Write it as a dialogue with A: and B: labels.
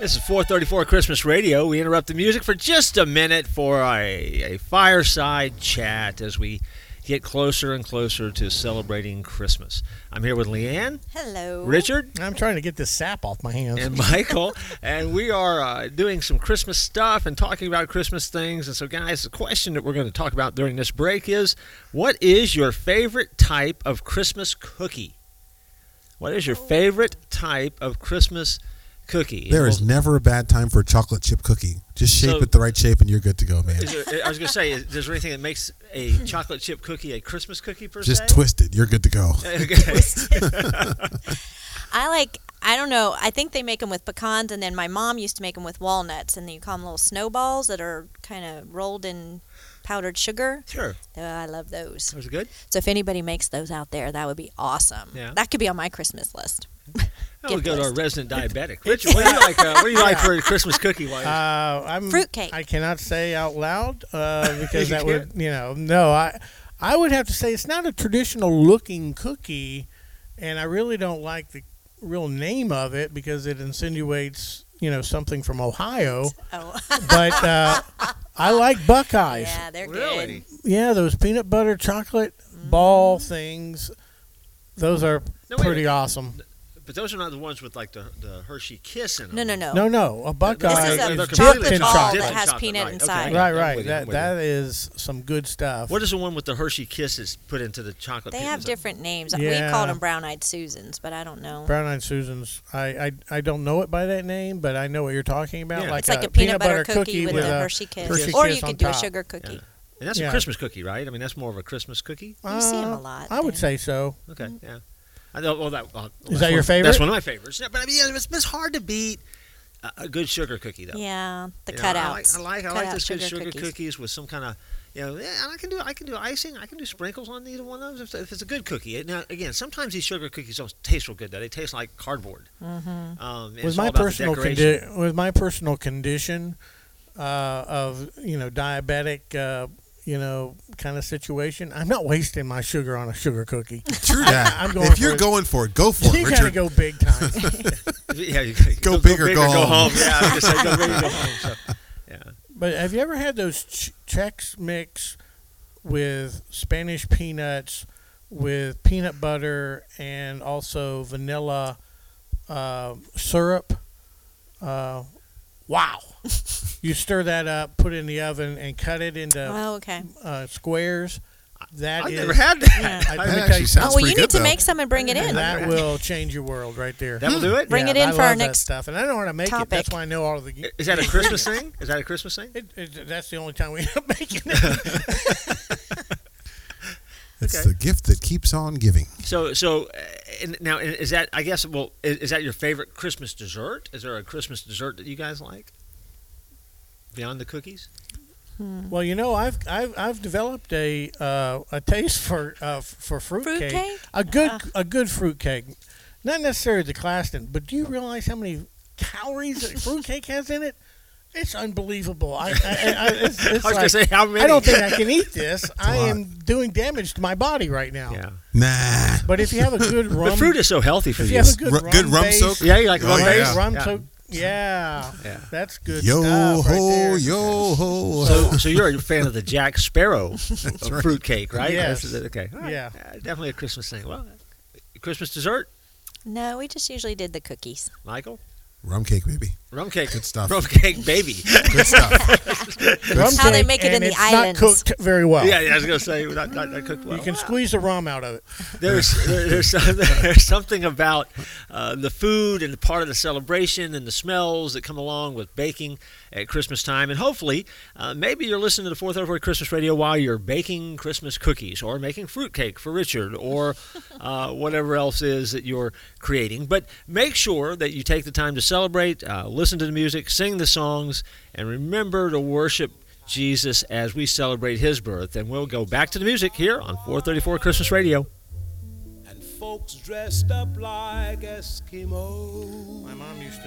A: This is 434 Christmas Radio. We interrupt the music for just a minute for a, a fireside chat as we get closer and closer to celebrating Christmas. I'm here with Leanne,
B: Hello.
A: Richard,
C: I'm trying to get this sap off my hands.
A: and Michael, and we are uh, doing some Christmas stuff and talking about Christmas things. And so, guys, the question that we're going to talk about during this break is what is your favorite type of Christmas cookie? What is your favorite type of Christmas cookie?
D: There is never a bad time for a chocolate chip cookie. Just shape
A: So-
D: it the right shape and you're good to go, man.
A: Is there, I was going to say, is, is there anything that makes a chocolate chip cookie a Christmas cookie per
D: Just
A: se?
D: twist it. You're good to go.
A: Okay.
B: I like. I don't know. I think they make them with pecans, and then my mom used to make them with walnuts, and you call them little snowballs that are kind of rolled in powdered sugar.
A: Sure.
B: Oh, I love those.
A: That was good.
B: So if anybody makes those out there, that would be awesome.
A: Yeah.
B: That could be on my Christmas list.
A: That would
B: Gift
A: go to our
B: list.
A: resident diabetic. Richard, what do you like, uh, what do you like for a Christmas cookie? Wise?
C: Uh, I'm
B: Fruitcake.
C: I cannot say out loud uh, because
A: You
C: that would you know no I I would have to say it's not a traditional looking cookie, and I really don't like the real name of it because it insinuates you know something from Ohio.
B: Oh,
C: But uh, I like Buckeyes.
B: yeah, they're
A: really?
B: good.
C: Yeah, those peanut butter chocolate ball
B: Mm.
C: things. Those are
A: No, wait a
C: pretty
A: minute.
C: awesome.
A: But those are not the ones with like the, the Hershey kiss in them.
B: No, no, no.
C: No, no, a Buckeye
B: This is a
C: is
A: They're
C: dipped
A: completely
B: chocolate
C: in
B: ball
C: chocolate.
B: that has
A: Chocolate,
B: peanut
A: right, okay.
B: inside.
C: Right,
A: I'm
C: right.
A: with you, I'm with
C: That
A: you.
C: that is some good stuff.
A: What is the one with the Hershey kiss is put into the chocolate?
B: They
A: pit?
B: have
A: Is
B: different names. We
C: Yeah.
B: called them brown-eyed Susans, but I don't know.
C: Brown Eyed Susan's. I, I I don't know it by that name, but I know what you're talking about.
A: Yeah.
C: Like
B: it's like a peanut, butter, cookie, with,
C: a
B: a Hershey kiss,
C: Hershey
B: or
C: Kiss
B: you
C: on
B: could do a
C: top.
B: sugar cookie.
A: That, and that's a
C: yeah.
A: Christmas cookie, right? I mean, that's more of a Christmas cookie.
B: You see 'em a
C: Uh,
B: lot,
C: I would
B: Dan.
C: say so.
A: Okay, yeah. I know. Well, that, well, that's
C: that your
A: one-
C: favorite?
A: That's one of my favorites. Yeah, but I mean, yeah, it's, it's hard to beat a, a good sugar cookie, though.
B: Yeah, the
A: You know,
B: cutouts.
A: I like I like, I
B: Cutout
A: like those good sugar
B: cookies.
A: cookies. with some kind of you know, yeah, and I can do I can do icing. I can do sprinkles on either one of those if, if it's a good cookie. Now again, sometimes these sugar cookies don't taste real good though. They taste like cardboard. Mm-hmm. Um, and
C: With
A: it's
C: my
A: all about the
C: personal
A: decoration.
C: condi- with my personal condition uh, of you know diabetic. Uh, you know, kind of situation. I'm not wasting my sugar on a sugar cookie.
D: True that.
C: I'm going
D: if
C: for
D: you're
C: it.
D: going for it, go for it,
C: you gotta
D: Richard.
C: go big time.
A: yeah, you go,
D: Go big or go home.
A: Yeah, I was gonna say, go big or go home. So, yeah.
C: But have you ever had those ch- Chex mix with Spanish peanuts, with peanut butter, and also vanilla uh, syrup? Uh, wow! you stir that up, put it in the oven, and cut it into
B: Oh, okay.
C: uh, squares. That
A: I've
C: is-
A: never had that.
B: Yeah.
C: I-
D: That
C: let me tell
D: actually
C: you-
D: sounds
B: oh, well,
D: pretty
B: you
D: good,
B: need to
D: though.
B: make some and bring it in.
C: That will change your world right there.
A: That will do it.
B: Bring it in
C: I
B: for our
C: love that
B: next
C: stuff, and I know how to make
B: topic.
C: it. That's why I know all of the.
A: Is that a Christmas thing? Is that a Christmas thing?
C: It, it, that's the only time we end up making it.
D: It's
A: Okay.
D: the gift that keeps on giving.
A: So, so uh, and now and is that? I guess. Well, is, is that your favorite Christmas dessert? Is there a Christmas dessert that you guys like beyond the cookies?
C: Well, you know, I've I've, I've developed a uh, a taste for uh, f- for fruitcake.
B: Fruitcake?
C: A good
B: Ah.
C: a good fruitcake, not necessarily the Claston, but do you realize how many calories that fruitcake has in it? It's unbelievable. I, I, I, it's, it's
A: I was gonna
C: like,
A: say how many?
C: I don't think I can eat this. I
D: lot.
C: am doing damage to my body right now.
A: Yeah,
D: Nah.
C: But if you have a good Oh, rum,
A: but fruit is so healthy for
C: if
A: you.
C: you have a good
D: Ru-
C: rum,
D: good rum
C: base-
D: soak?
A: yeah, you like
D: Oh,
A: rum
D: yeah.
A: base.
C: rum
A: Yeah.
C: soak, yeah,
A: Yeah.
C: that's good
D: Yo
C: stuff uh, right
D: ho,
C: there.
D: yo ho.
A: So, so you're a fan of the Jack Sparrow
D: right.
A: fruitcake, right?
C: Yes.
A: This is it, Okay. All right.
C: Yeah.
A: Uh, definitely a Christmas thing. Well, uh, Christmas dessert,
B: No, we just usually did the cookies.
A: Michael.
D: Rum cake, baby.
A: Rum cake.
D: Good stuff.
A: Rum cake, baby.
D: Good stuff.
C: Rum
B: How they
C: cake,
B: make it in
C: and
B: the
C: it's
B: islands.
C: Not cooked very well.
A: yeah, yeah, I was gonna say not, not, not cooked well.
C: Oh. You can squeeze the rum out of it.
A: there's there, there's, some, there's something about uh, the food and the part of the celebration and the smells that come along with baking at Christmas time. And hopefully, uh, maybe you're listening to the Fourth Overweight Christmas Radio while you're baking Christmas cookies or making fruitcake for Richard or uh, whatever else is that you're creating. But make sure that you take the time to celebrate, uh, listen to the music, sing the songs, and remember to worship. Jesus as we celebrate his birth and we'll go back to the music here on 434 Christmas Radio.
E: and folks dressed up like Eskimos.
C: My mom used to